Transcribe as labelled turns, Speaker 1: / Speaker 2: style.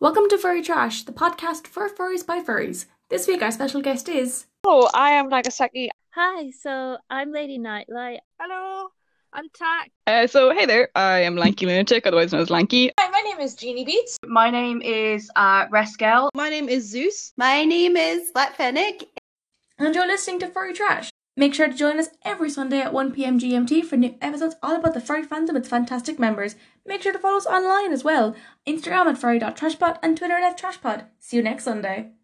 Speaker 1: Welcome to Furry Trash, the podcast for furries by furries. This week, our special guest is.
Speaker 2: Hello, Oh, I am Nagasaki.
Speaker 3: Hi, so I'm Lady Nightlight.
Speaker 4: Hello, I'm Tack.
Speaker 2: Uh, so, hey there, I am Lanky Lunatic, otherwise known as Lanky.
Speaker 5: Hi, my name is Jeannie Beats.
Speaker 6: My name is uh, Reskel.
Speaker 7: My name is Zeus.
Speaker 8: My name is Black Fennec.
Speaker 1: And you're listening to Furry Trash. Make sure to join us every Sunday at 1 pm GMT for new episodes all about the furry fandom and its fantastic members. Make sure to follow us online as well Instagram at furry.trashpod and Twitter at ftrashpod. See you next Sunday.